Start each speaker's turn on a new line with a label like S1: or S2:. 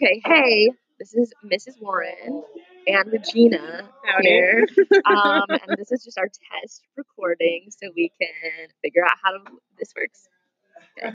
S1: Okay, hey, this is Mrs. Warren and Regina here. um, and this is just our test recording so we can figure out how to, this works.